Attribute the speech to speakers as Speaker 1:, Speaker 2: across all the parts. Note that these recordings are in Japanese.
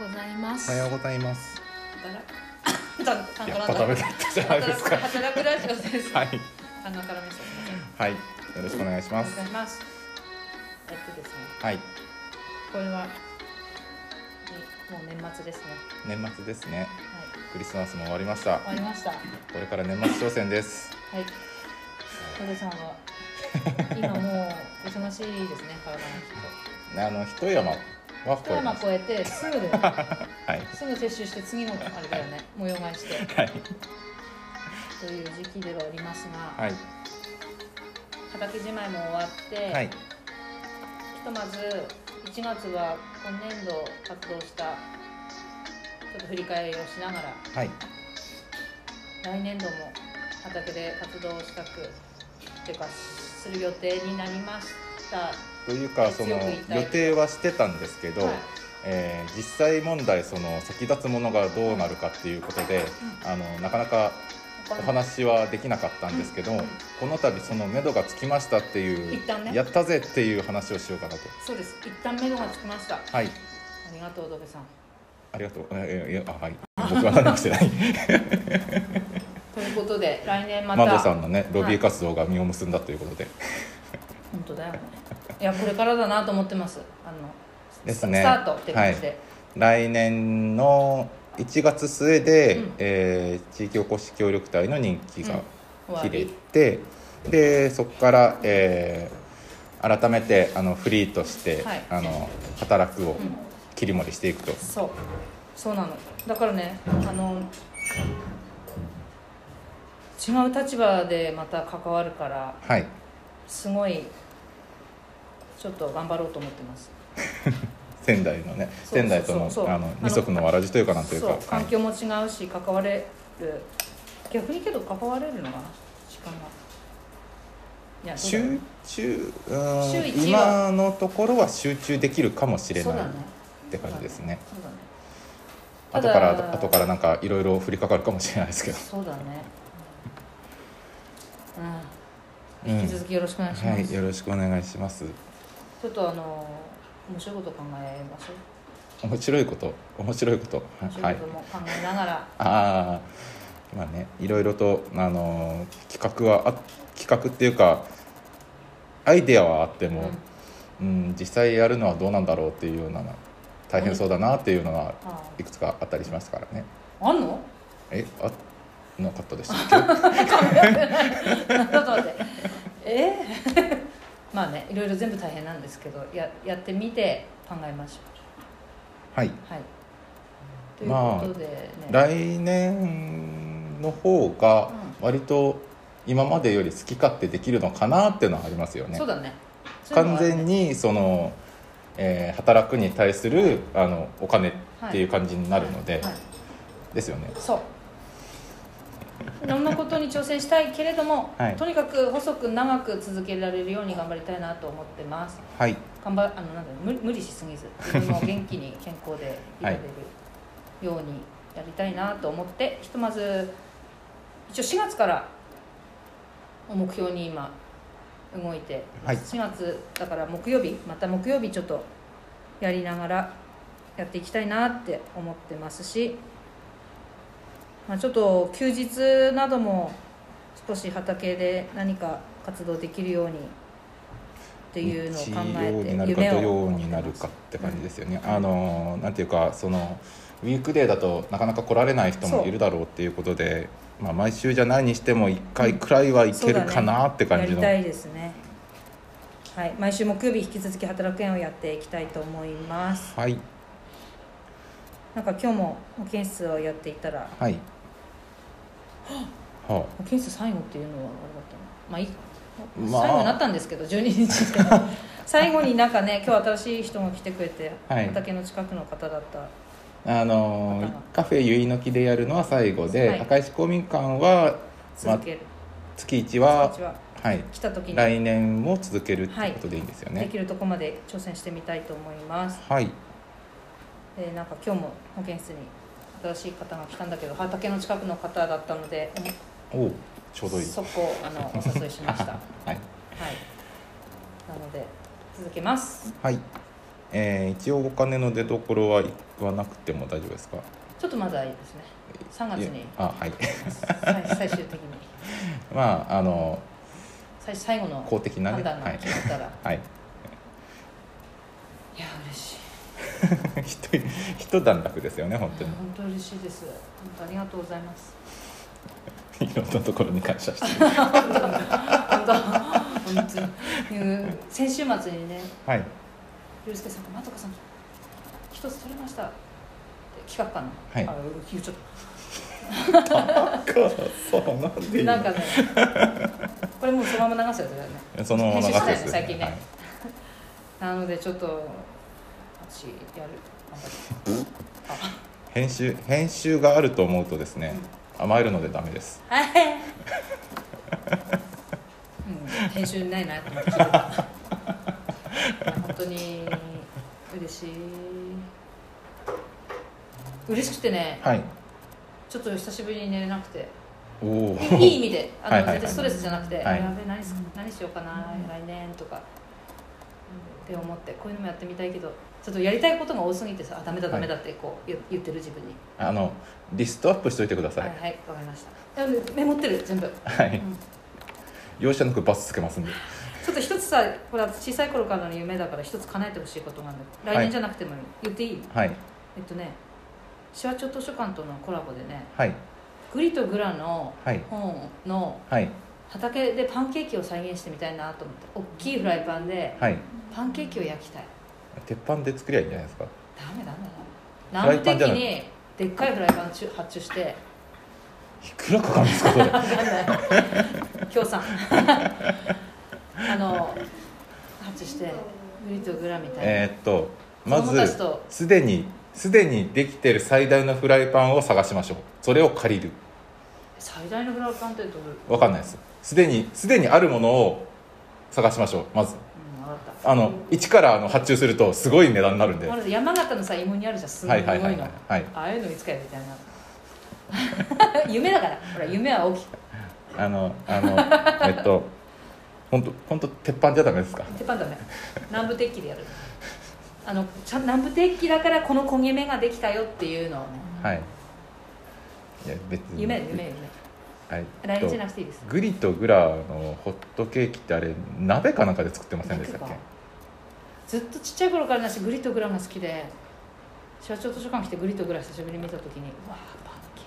Speaker 1: おはようございます。
Speaker 2: 働く
Speaker 1: やっぱ食べたってじゃないですか。
Speaker 2: 働く働くラジオです。
Speaker 1: はい、
Speaker 2: あのからみさんですね。
Speaker 1: はい、よろしくお願いし
Speaker 2: おは
Speaker 1: ま
Speaker 2: ようご
Speaker 1: す
Speaker 2: ざ。います。えっとですね、
Speaker 1: はい、
Speaker 2: これは、えもう年末ですね。
Speaker 1: 年末ですね。
Speaker 2: はい、
Speaker 1: クリスマスも終わりました
Speaker 2: 終。わりました。は
Speaker 1: これから年末商戦です。
Speaker 2: い。トレさん は今もう忙しいですね、体の
Speaker 1: あの一山は
Speaker 2: きっ
Speaker 1: 超
Speaker 2: と。
Speaker 1: え
Speaker 2: 山
Speaker 1: まし
Speaker 2: 越
Speaker 1: た。
Speaker 2: えてすぐで
Speaker 1: はい、
Speaker 2: すぐ接種して次のあれだよね、模様替えして
Speaker 1: はい、
Speaker 2: という時期ではありますが、
Speaker 1: はい、
Speaker 2: 畑じまいも終わって、
Speaker 1: はい、
Speaker 2: ひとまず1月は今年度活動したちょっと振り返りをしながら
Speaker 1: はい、
Speaker 2: 来年度も畑で活動したくっていうかする予定になりました
Speaker 1: というか、その
Speaker 2: 強く言いたい
Speaker 1: 予定はしてたんですけど。えー実際問題その先立つものがどうなるかっていうことであのなかなか
Speaker 2: お
Speaker 1: お話はできなかったんですけど、
Speaker 2: うん
Speaker 1: この度その目処がつきましたっていう
Speaker 2: 一旦ね
Speaker 1: やったぜっていう話をしようかなと
Speaker 2: そうです一旦目処がつきましたあ
Speaker 1: はい
Speaker 2: りがとう土下さん
Speaker 1: ありがとうえいやあはい僕は何もしてない
Speaker 2: ということで来年 また
Speaker 1: マドさんのねロビー活動が実を結んだということで、
Speaker 2: 本当だよねいやこれからだなと思ってますあの
Speaker 1: ですね
Speaker 2: スタートって感じで、
Speaker 1: 来年の1月末で、
Speaker 2: うん
Speaker 1: えー地域おこし協力隊の任期が
Speaker 2: 終わ
Speaker 1: 切れ
Speaker 2: り
Speaker 1: て、でそこから、えー改めてあのフリーとして、
Speaker 2: はい
Speaker 1: あの働くを
Speaker 2: ん
Speaker 1: 切り盛りしていくと、
Speaker 2: そうそうなのだからねあの違う立場でまた関わるから
Speaker 1: はい
Speaker 2: すごいちょっと頑張ろうと思ってます
Speaker 1: 仙台のね
Speaker 2: そう
Speaker 1: 仙台との
Speaker 2: そうそう
Speaker 1: あの
Speaker 2: あの
Speaker 1: 二足のわらじというかなんというか
Speaker 2: そう環
Speaker 1: はい
Speaker 2: 境も違うし関われる逆にけど関われるのかな時間がいやどうだろう
Speaker 1: 集中うーん
Speaker 2: 週一は
Speaker 1: 今のところは集中できるかもしれ
Speaker 2: そう
Speaker 1: ない
Speaker 2: だ
Speaker 1: っ
Speaker 2: ね
Speaker 1: て感じですね
Speaker 2: そうだねた
Speaker 1: 後
Speaker 2: だ
Speaker 1: から後からなんかいろいろ降りかかるかもしれないですけど、
Speaker 2: そうだね
Speaker 1: う
Speaker 2: うん、うん、引
Speaker 1: ん
Speaker 2: き続きよろしくお願いします、
Speaker 1: はいよろしくお願いします
Speaker 2: ちょっとあの面白いこと考えましょう
Speaker 1: 面白いこと面白いこと
Speaker 2: 面白
Speaker 1: はいい
Speaker 2: ことも考えながら、
Speaker 1: ああまあねいろいろとあのー企画はあ企画っていうかアイデアはあっても、
Speaker 2: うん
Speaker 1: うん実際やるのはどうなんだろうっていうような大変そうだなっていうのは
Speaker 2: あ
Speaker 1: いくつかあったりしますからね
Speaker 2: ああんの
Speaker 1: えあなかったでしたっ
Speaker 2: ちょっと待ってえ ーまあねいろいろ全部大変なんですけどややってみて考えまし
Speaker 1: けはい
Speaker 2: ょうはいという
Speaker 1: まあ
Speaker 2: ことでね、
Speaker 1: 来年の方が割と今までより好き勝手できるのかなっていうのはありますよね
Speaker 2: そうだね
Speaker 1: 完全
Speaker 2: に
Speaker 1: にその、えー働くに対するあのお金っていう感じになるので、ですよね
Speaker 2: そういろんなことに挑戦したいけれども、
Speaker 1: はい
Speaker 2: とにかく細く長く続けられるように頑張りたいなと思ってます
Speaker 1: はい
Speaker 2: 頑張あのなんだろう無無理しすぎず自分も元気に健康でいられるようにやりたいなと思って、ひとまず一応4月からを目標に今動いて、
Speaker 1: はい
Speaker 2: 4月だから木曜日また木曜日ちょっとやりながらやっていきたいなって思ってますし、まあ、ちょっと休日なども少し畑で何か活動できるようにっていうのを考えて
Speaker 1: 日曜になるか土
Speaker 2: 夢を
Speaker 1: 曜
Speaker 2: 持って
Speaker 1: になる
Speaker 2: ます
Speaker 1: かって感じですよね、あのなんていうかそのウィークデーだとなかなか来られない人もいるだろうっていうことで、まあ、毎週じゃないにしても1回くらいは行けるかなって感じ
Speaker 2: や
Speaker 1: の、
Speaker 2: りたいですねはい毎週木曜日引き続き働く園をやっていきたいと思います
Speaker 1: はい
Speaker 2: なんか今日も保健室をやっていたら
Speaker 1: はいは
Speaker 2: 保健室最後っていうのはあれだったのまあいいか、
Speaker 1: まあ
Speaker 2: 最後になったんですけど12日 で最後になんかね今日新しい人が来てくれて、
Speaker 1: はい
Speaker 2: 畑の近くの方だった
Speaker 1: あ、あの
Speaker 2: ま
Speaker 1: カフェ結いの木でやるのは最後で、
Speaker 2: はい
Speaker 1: 赤石公民館は、まあ
Speaker 2: 続、ける、
Speaker 1: 月1
Speaker 2: こん
Speaker 1: は
Speaker 2: にちは
Speaker 1: はい、
Speaker 2: 来た時にで
Speaker 1: 来年も続けるってことでいいんですよね
Speaker 2: きるとこまで挑戦してみたいと思います
Speaker 1: はい
Speaker 2: でなんか今日も保健室に新しい方が来たんだけど畑の近くの方だったので
Speaker 1: おおちょうどいい
Speaker 2: そこをあのお 誘いしましたはい
Speaker 1: は
Speaker 2: な
Speaker 1: い、
Speaker 2: ので続けます
Speaker 1: はい、えー一応お金の出所は言わなくても大丈夫ですか
Speaker 2: ちょっとまだいいですね3月
Speaker 1: いえ
Speaker 2: に
Speaker 1: あはい
Speaker 2: 最最終的に
Speaker 1: まああの
Speaker 2: 最最後の
Speaker 1: 公的な
Speaker 2: 判
Speaker 1: ね
Speaker 2: 断が
Speaker 1: はい
Speaker 2: 決まったら、い、
Speaker 1: はい
Speaker 2: や嬉しい
Speaker 1: 一人一段落ですよね本当に
Speaker 2: 本当嬉しいです本当ありがとうございます
Speaker 1: いろんなところに感謝してる
Speaker 2: 本当本当に うん先週末にね
Speaker 1: はい
Speaker 2: ゆうすけさんが「まとかさん一つ取れました」って企画官の、
Speaker 1: はい
Speaker 2: あ言っちゃった
Speaker 1: そうなんでいいの
Speaker 2: なんか ねこれもうそのまま流すやつだよね
Speaker 1: そのまま流
Speaker 2: 編
Speaker 1: す
Speaker 2: 集したよね最近ね
Speaker 1: はい
Speaker 2: なのでちょっと私やる頑張る
Speaker 1: 編集編集があると思うとですね、甘えるのでダメです
Speaker 2: うん、編集ないなと思って聞いたいや本当に嬉しい嬉しくてね
Speaker 1: はい
Speaker 2: ちょっと久しぶりに寝れなくて
Speaker 1: おお
Speaker 2: いいい意味であの、
Speaker 1: はいはいはい
Speaker 2: 絶対ストレスじゃなくて、
Speaker 1: はい
Speaker 2: やべえ何す何しようかな、来年とかって思ってこういうのもやってみたいけどちょっとやりたいことが多すぎてさあダメだダメだってこう言言ってる自分に
Speaker 1: あのリストアップしといてくだ
Speaker 2: は
Speaker 1: さ
Speaker 2: い
Speaker 1: い
Speaker 2: はいわかりましたいやメモってる全部
Speaker 1: はい、
Speaker 2: ん
Speaker 1: 容赦なくバツつけますんで
Speaker 2: ちょっと一つさこれは小さい頃からの夢だから一つ叶えてほしいことがあるんだ来
Speaker 1: は
Speaker 2: 年
Speaker 1: い
Speaker 2: じゃなくても言っていい
Speaker 1: はい
Speaker 2: えっとね手話帳図書館とのコラボでね
Speaker 1: はい
Speaker 2: 「グリとグラ」の
Speaker 1: はい
Speaker 2: 本の
Speaker 1: はい
Speaker 2: 畑でパンケーキを再現してみたいなと思って大きいフライパンで
Speaker 1: はい
Speaker 2: パンケーキを焼きたい
Speaker 1: 鉄板で作りゃいいんじゃないですか
Speaker 2: ダメダメダ
Speaker 1: フラ
Speaker 2: メ南
Speaker 1: イ
Speaker 2: 部
Speaker 1: パ
Speaker 2: 的
Speaker 1: ンじゃない
Speaker 2: にでっかいフライパンちゅ発注して
Speaker 1: いくらかかるんですか それは
Speaker 2: 協 賛あの発注してグリとグラみたいな、
Speaker 1: えーっとま
Speaker 2: 子供た
Speaker 1: ず
Speaker 2: ちと
Speaker 1: すでにすでにできてる最大のフライパンを探しましょうそれを借りる
Speaker 2: 最大のフライパンってどういう
Speaker 1: わかんないですすでにすでにあるものを探しましょうまず
Speaker 2: うん、分かった
Speaker 1: あの一からあの発注するとすごい値段になるんで
Speaker 2: ま
Speaker 1: はい
Speaker 2: ず山形のさ芋にあるじゃんすご
Speaker 1: はいい
Speaker 2: の、
Speaker 1: はいはいはい
Speaker 2: ああいうのいつかやりたいな 夢だからほら夢は大きく
Speaker 1: あのあの えっと本当本当鉄板じゃダメですか
Speaker 2: 鉄板だね南部鉄器でやるあのちゃん南部鉄器だからこの焦げ目ができたよっていうのをね
Speaker 1: はいいや別に
Speaker 2: 夢夢夢
Speaker 1: はい
Speaker 2: 来年じゃな
Speaker 1: えっ
Speaker 2: くていいです
Speaker 1: とグリとグラのホットケーキってあれ鍋かなんかで作ってませんでしたっけ
Speaker 2: なんかずっとちっちゃい頃からなしグリとグラが好きで社長図書館来てグリとグラ久しぶりに見た時にうわあパンケ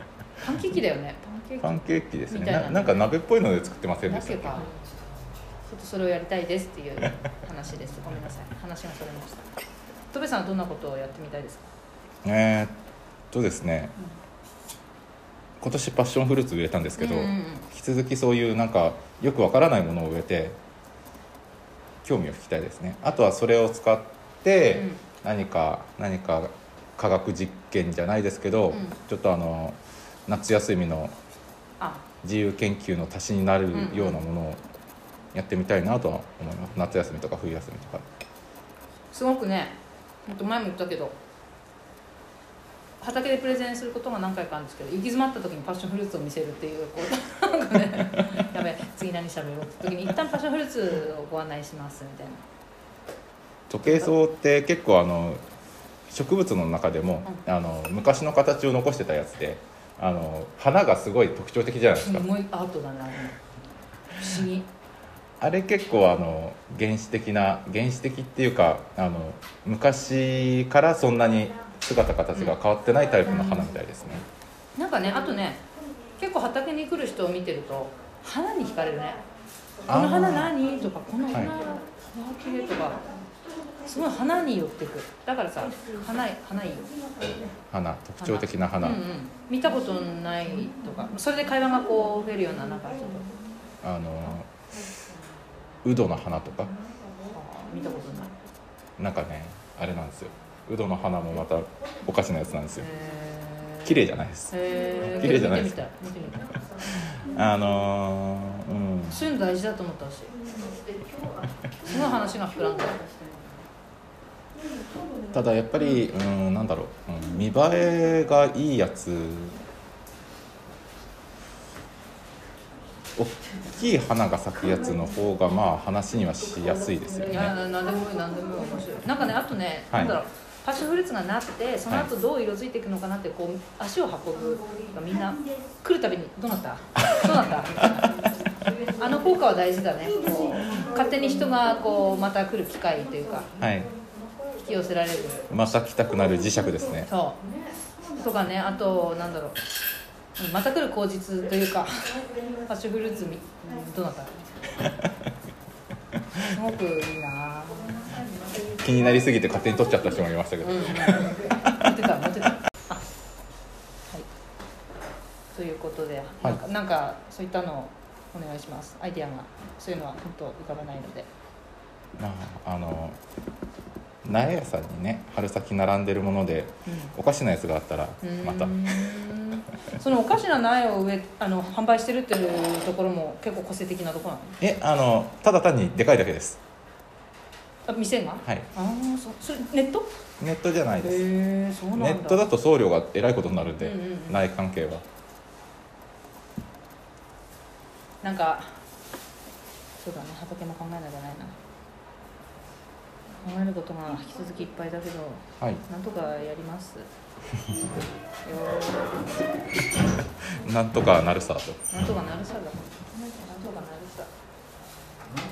Speaker 2: ーキパンケーキだよねパンケ
Speaker 1: パ
Speaker 2: ー
Speaker 1: ンケーキですね
Speaker 2: みたいな
Speaker 1: ななんか鍋っぽいので作ってませ
Speaker 2: キ
Speaker 1: ん
Speaker 2: だ
Speaker 1: でした
Speaker 2: け
Speaker 1: っ
Speaker 2: かちょ
Speaker 1: け
Speaker 2: っとそれをやりたいですっていう話ですごめんなさい話がそれました戸部さんはどんなことをやってみたいですか
Speaker 1: えーっとですね今年パッションフルーツ植えたんですけど、
Speaker 2: うんうんうん
Speaker 1: 引き続きそういうなんかよくわからないものを植えて興味を引きたいですねあとはそれを使って
Speaker 2: うん
Speaker 1: 何か、何か科学実験じゃないですけど、
Speaker 2: うん
Speaker 1: ちょっとあの夏休みの
Speaker 2: あ
Speaker 1: 自由研究の足しになる
Speaker 2: んうん
Speaker 1: ようなものをやってみたいなとは思います、夏休みとか冬休みとか
Speaker 2: すごくねほんと前も言ったけど畑でプレゼンすることが何回かあるんですけど行き詰まった時にパッションフルーツを見せるっていうこう なんかねやべえ次何しゃべろうって時に一旦パッションフルーツをご案内しますみたいな
Speaker 1: 時計草って結構あの植物の中でも、あの昔の形を残してたやつであの花がすごい特徴的じゃないですか、
Speaker 2: すごいアートだなあれも不思議
Speaker 1: あれ結構あの原始的な原始的っていうかあの昔からそんなに姿形が変わってないタイプの花みたいですね、
Speaker 2: なんかねあとね結構畑に来る人を見てると花に惹かれるね「こ
Speaker 1: あー
Speaker 2: の花何?」とか「この花
Speaker 1: はい
Speaker 2: わあ綺麗とかすごい花に寄ってくだからさ花花いいよ
Speaker 1: 花特徴的な花、
Speaker 2: うんうん、見たことないとかそれで会話がこう増えるようななんかちょっと
Speaker 1: あのウドの花とか
Speaker 2: あー見たことない
Speaker 1: なんかねあれなんですよウドの花もまたおかしなやつなんですよ
Speaker 2: へー
Speaker 1: 綺麗じゃないです
Speaker 2: へー
Speaker 1: 綺麗じゃない
Speaker 2: 見
Speaker 1: で
Speaker 2: て
Speaker 1: す
Speaker 2: みたい見てみたい
Speaker 1: あのーうん
Speaker 2: そういうの大事だと思ったしすごい話が膨らん だ
Speaker 1: ただやっぱりうんなんだろう、うん見栄えがいいやつ大きい花が咲くやつの方がまあ話にはしやすいですよ
Speaker 2: いや
Speaker 1: ね。
Speaker 2: 何でもいい何でもいい面白いなんかねあとね、
Speaker 1: は
Speaker 2: な
Speaker 1: い
Speaker 2: んだろうパッションフルーツがなってその後どう色づいていくのかなってこう足を運ぶみんな来るたびに「どうなったどうな った?」あの効果は大事だねこう勝手に人がこうまた来る機会というか
Speaker 1: はい、
Speaker 2: 引き寄せられる
Speaker 1: また来たくなる磁石ですね。
Speaker 2: そうとかねあとなんだろううんまた来る口実というかパッションフルーツみうんどうなったすごくいいな
Speaker 1: 気になりすぎて勝手に取っちゃった人もいましたけど、
Speaker 2: うん、持ってた持ってたあはいということで、なんかなんかそういったのをお願いしますアイディアがそういうのは本当浮かばないので
Speaker 1: まああの苗屋さんにね春先並んでるものでおかしなやつがあったら
Speaker 2: うん
Speaker 1: また
Speaker 2: うーんそのおかしな苗を植えあの販売してるっていうところも結構個性的なところなの
Speaker 1: えあのただ単にでかいだけです
Speaker 2: あ店が
Speaker 1: はい
Speaker 2: ああそそれネット
Speaker 1: ネットじゃないで
Speaker 2: へ
Speaker 1: す
Speaker 2: えそうなんだ
Speaker 1: ネットだと送料がえらいことになるんで、
Speaker 2: うんうんうん
Speaker 1: 苗関係は
Speaker 2: なんかそうだね畑も考えなきゃないな考えることが引き続きいっぱいだけど
Speaker 1: はい
Speaker 2: なんとかやり ます。よ
Speaker 1: なんとかなるさと
Speaker 2: ーなんとかなるさだ。なんとかなるさ。はい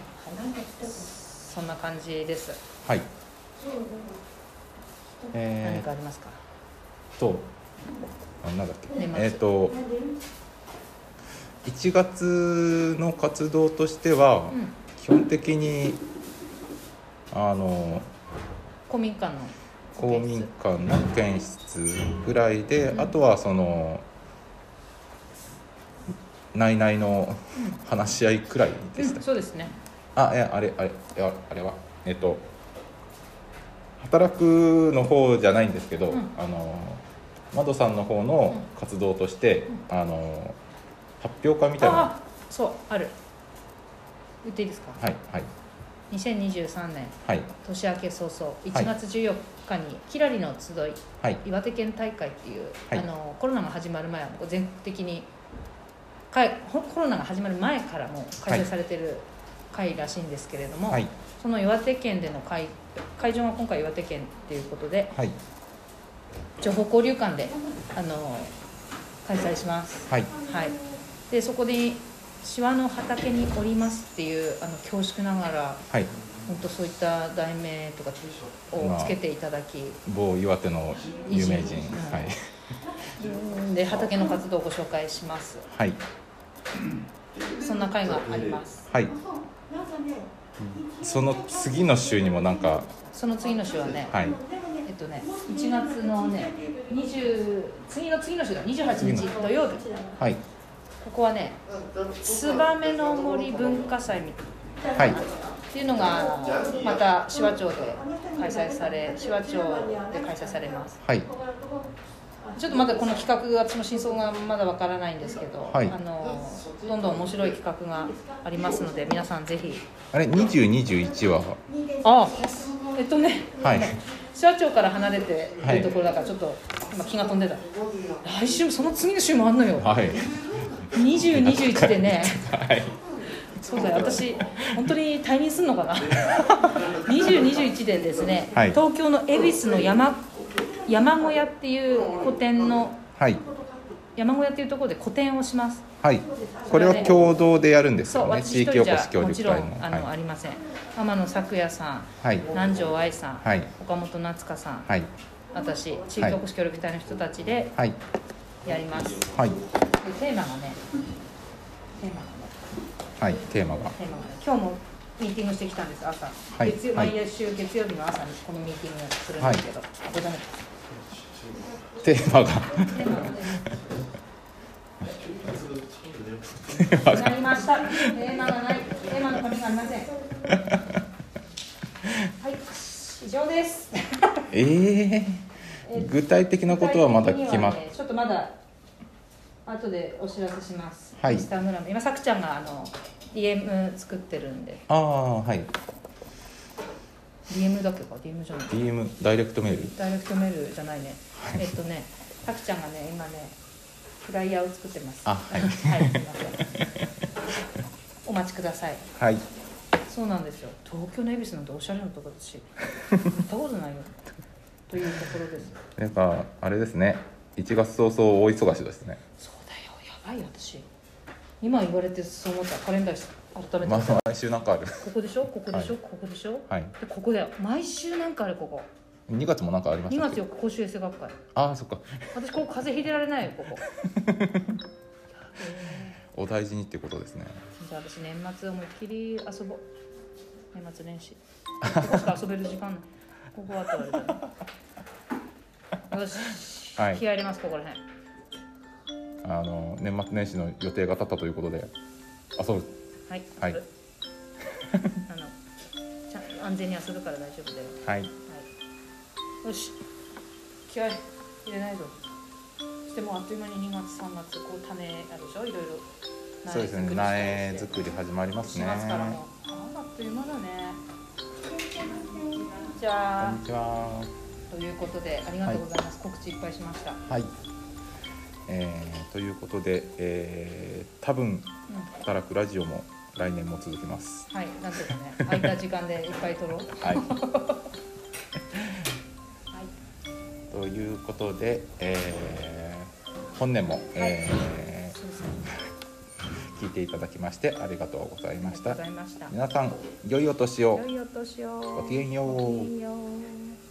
Speaker 2: そんな感じです。
Speaker 1: はい
Speaker 2: 何
Speaker 1: え
Speaker 2: か
Speaker 1: ー、っ
Speaker 2: ありますか。
Speaker 1: とあなんだっけ
Speaker 2: 年末
Speaker 1: えー、っと1月の活動としては、
Speaker 2: うん。
Speaker 1: 基本的にあの
Speaker 2: 公民館の。
Speaker 1: 公民館の検室ぐらいで、あとはその内々の話し合いくらいでした、
Speaker 2: うんそうですね。
Speaker 1: あいやあれあれいやあれはえっと働くの方じゃないんですけど、
Speaker 2: うん
Speaker 1: あの窓さんの方の活動として、あの発表会みたいなは
Speaker 2: ああ、そうある。言っていいですか。
Speaker 1: いはい
Speaker 2: 2023年
Speaker 1: はい
Speaker 2: 年明け早々1月14日にキラリの集い
Speaker 1: はい
Speaker 2: 岩手県大会っていう、
Speaker 1: はい
Speaker 2: あのコロナが始まる前はもう全国的にかいほコロナが始まる前からもう開催されてる会らしいんですけれども、
Speaker 1: はい
Speaker 2: その岩手県での会会場が今回岩手県っていうことで
Speaker 1: はい
Speaker 2: 情報交流館であの開催します、
Speaker 1: はい
Speaker 2: はい、でそこで「しわの畑におります」っていうあの恐縮ながら
Speaker 1: はい
Speaker 2: 本当そういった題名とかをつけていただき、
Speaker 1: 某岩手の有名人
Speaker 2: 偉人
Speaker 1: はい
Speaker 2: で畑の活動をご紹介します
Speaker 1: はい
Speaker 2: そんな会があります
Speaker 1: はいその次の週にもなんか
Speaker 2: その次の週はね、
Speaker 1: はい
Speaker 2: えっとね1月のね20次の次の週だ28日土曜日
Speaker 1: はい
Speaker 2: ここはね燕の森文化祭み
Speaker 1: はい
Speaker 2: っていうのがまた紫波町で開催され紫波町で開催されます
Speaker 1: はい
Speaker 2: ちょっとまだこの企画私も真相がまだわからないんですけど、
Speaker 1: はい
Speaker 2: あのどんどん面白い企画がありますので皆さんぜひ
Speaker 1: あれ2021は
Speaker 2: あえっとね
Speaker 1: はい
Speaker 2: 社長から離れて
Speaker 1: はい
Speaker 2: いるところだからちょっと今気が飛んでた、来週その次の週もあんのよ
Speaker 1: はい
Speaker 2: 2021でね
Speaker 1: はい
Speaker 2: そうだよ私本当に退任すんのかな2021でですね、
Speaker 1: はい
Speaker 2: 東京の恵比寿の山山小屋っていう個展の
Speaker 1: はい
Speaker 2: 山小屋っていうところで個展をします
Speaker 1: はいこれは共同でやるんです
Speaker 2: そう
Speaker 1: よね
Speaker 2: 私
Speaker 1: 地
Speaker 2: 一
Speaker 1: 域お
Speaker 2: 人じ
Speaker 1: こし
Speaker 2: ゃ
Speaker 1: 協
Speaker 2: も
Speaker 1: 力
Speaker 2: ち
Speaker 1: 会の
Speaker 2: ろんあの、
Speaker 1: は
Speaker 2: あ
Speaker 1: い
Speaker 2: りません天野咲也さん
Speaker 1: はい
Speaker 2: 南條愛さん、
Speaker 1: はい
Speaker 2: 岡本夏香さん、
Speaker 1: はい
Speaker 2: 私地域おこし協力隊の人たちで
Speaker 1: はい
Speaker 2: やります、
Speaker 1: はい
Speaker 2: でテーマがねテーマがね
Speaker 1: はいテーマが
Speaker 2: テーマがね今日もミーティングしてきたんです朝、
Speaker 1: い
Speaker 2: 月曜
Speaker 1: はい
Speaker 2: 毎週月曜日の朝にこのミーティングをするんですけど、あこれダメだ
Speaker 1: テーマが
Speaker 2: テーマがね
Speaker 1: テーマ
Speaker 2: な
Speaker 1: が
Speaker 2: りましたテーマがないテーマの紙がありませんはい以上です
Speaker 1: え
Speaker 2: え
Speaker 1: ー、
Speaker 2: っと
Speaker 1: 具体的なことはまだ決まっ
Speaker 2: 具体的にはねちょっとまだ後でお知らせします、
Speaker 1: はい
Speaker 2: インスタグラム今さくちゃんがあの DM 作ってるんで
Speaker 1: ああはい
Speaker 2: DM だっけか DM じゃない
Speaker 1: DM ダイレクトメール
Speaker 2: ダイレクトメールじゃないね、えっとねさくちゃんがね今ねフライヤーを作ってます
Speaker 1: あはい
Speaker 2: はいすいません待ちください
Speaker 1: はい
Speaker 2: そうなんですよ東京の恵比寿なんておしゃれなとこだし行ったことないよというところです
Speaker 1: なんかあれですね1月早々大忙しですね
Speaker 2: そうだよやばいよ私今言われてそう思ったカレンダー改めて
Speaker 1: ま
Speaker 2: 見た
Speaker 1: あ毎週なんかある
Speaker 2: ここでしょここでしょ、ここでしょ
Speaker 1: はい
Speaker 2: でここだよ毎週なんかあれここ
Speaker 1: 2月もなんかありまし
Speaker 2: 2
Speaker 1: たっ
Speaker 2: 月
Speaker 1: け
Speaker 2: 4日公衆衛生学会
Speaker 1: ああそっか
Speaker 2: 私ここ風邪ひいてられないよここや
Speaker 1: お大事にってことですね
Speaker 2: べえじゃあ私年末思いっきり遊ぼう年末年 始ここしか遊べる時間ないここはって言われたよし、
Speaker 1: はい
Speaker 2: 気合い入れますここら辺
Speaker 1: あの年末年始の予定が立ったということで遊ぶ
Speaker 2: はい
Speaker 1: はい
Speaker 2: 遊 ぶあのちゃん安全に遊ぶから大丈夫だよ
Speaker 1: はい
Speaker 2: はい、よし気合い入れないぞそしてもうあっという間に2月3月こう種あるでしょいろいろ
Speaker 1: そうですね苗作り始まります
Speaker 2: し
Speaker 1: ね
Speaker 2: ますからもうあっという間だねじゃあ
Speaker 1: こんにちは
Speaker 2: ということでありがとうございます、告知いっぱいしました、うん、
Speaker 1: はい、えー、ということで、えー、多分働くラジオも来年も続きます
Speaker 2: はいなんとかね空いた時間でいっぱい撮ろうはい
Speaker 1: はいということで、えー本年も、え
Speaker 2: そうですね
Speaker 1: ー聞いていただきましてありがとうござい
Speaker 2: あり
Speaker 1: ま
Speaker 2: が
Speaker 1: し
Speaker 2: とう
Speaker 1: た
Speaker 2: ございました
Speaker 1: 皆さん良いお年を
Speaker 2: 良いお年を
Speaker 1: ごきげんよう
Speaker 2: ごきげんよう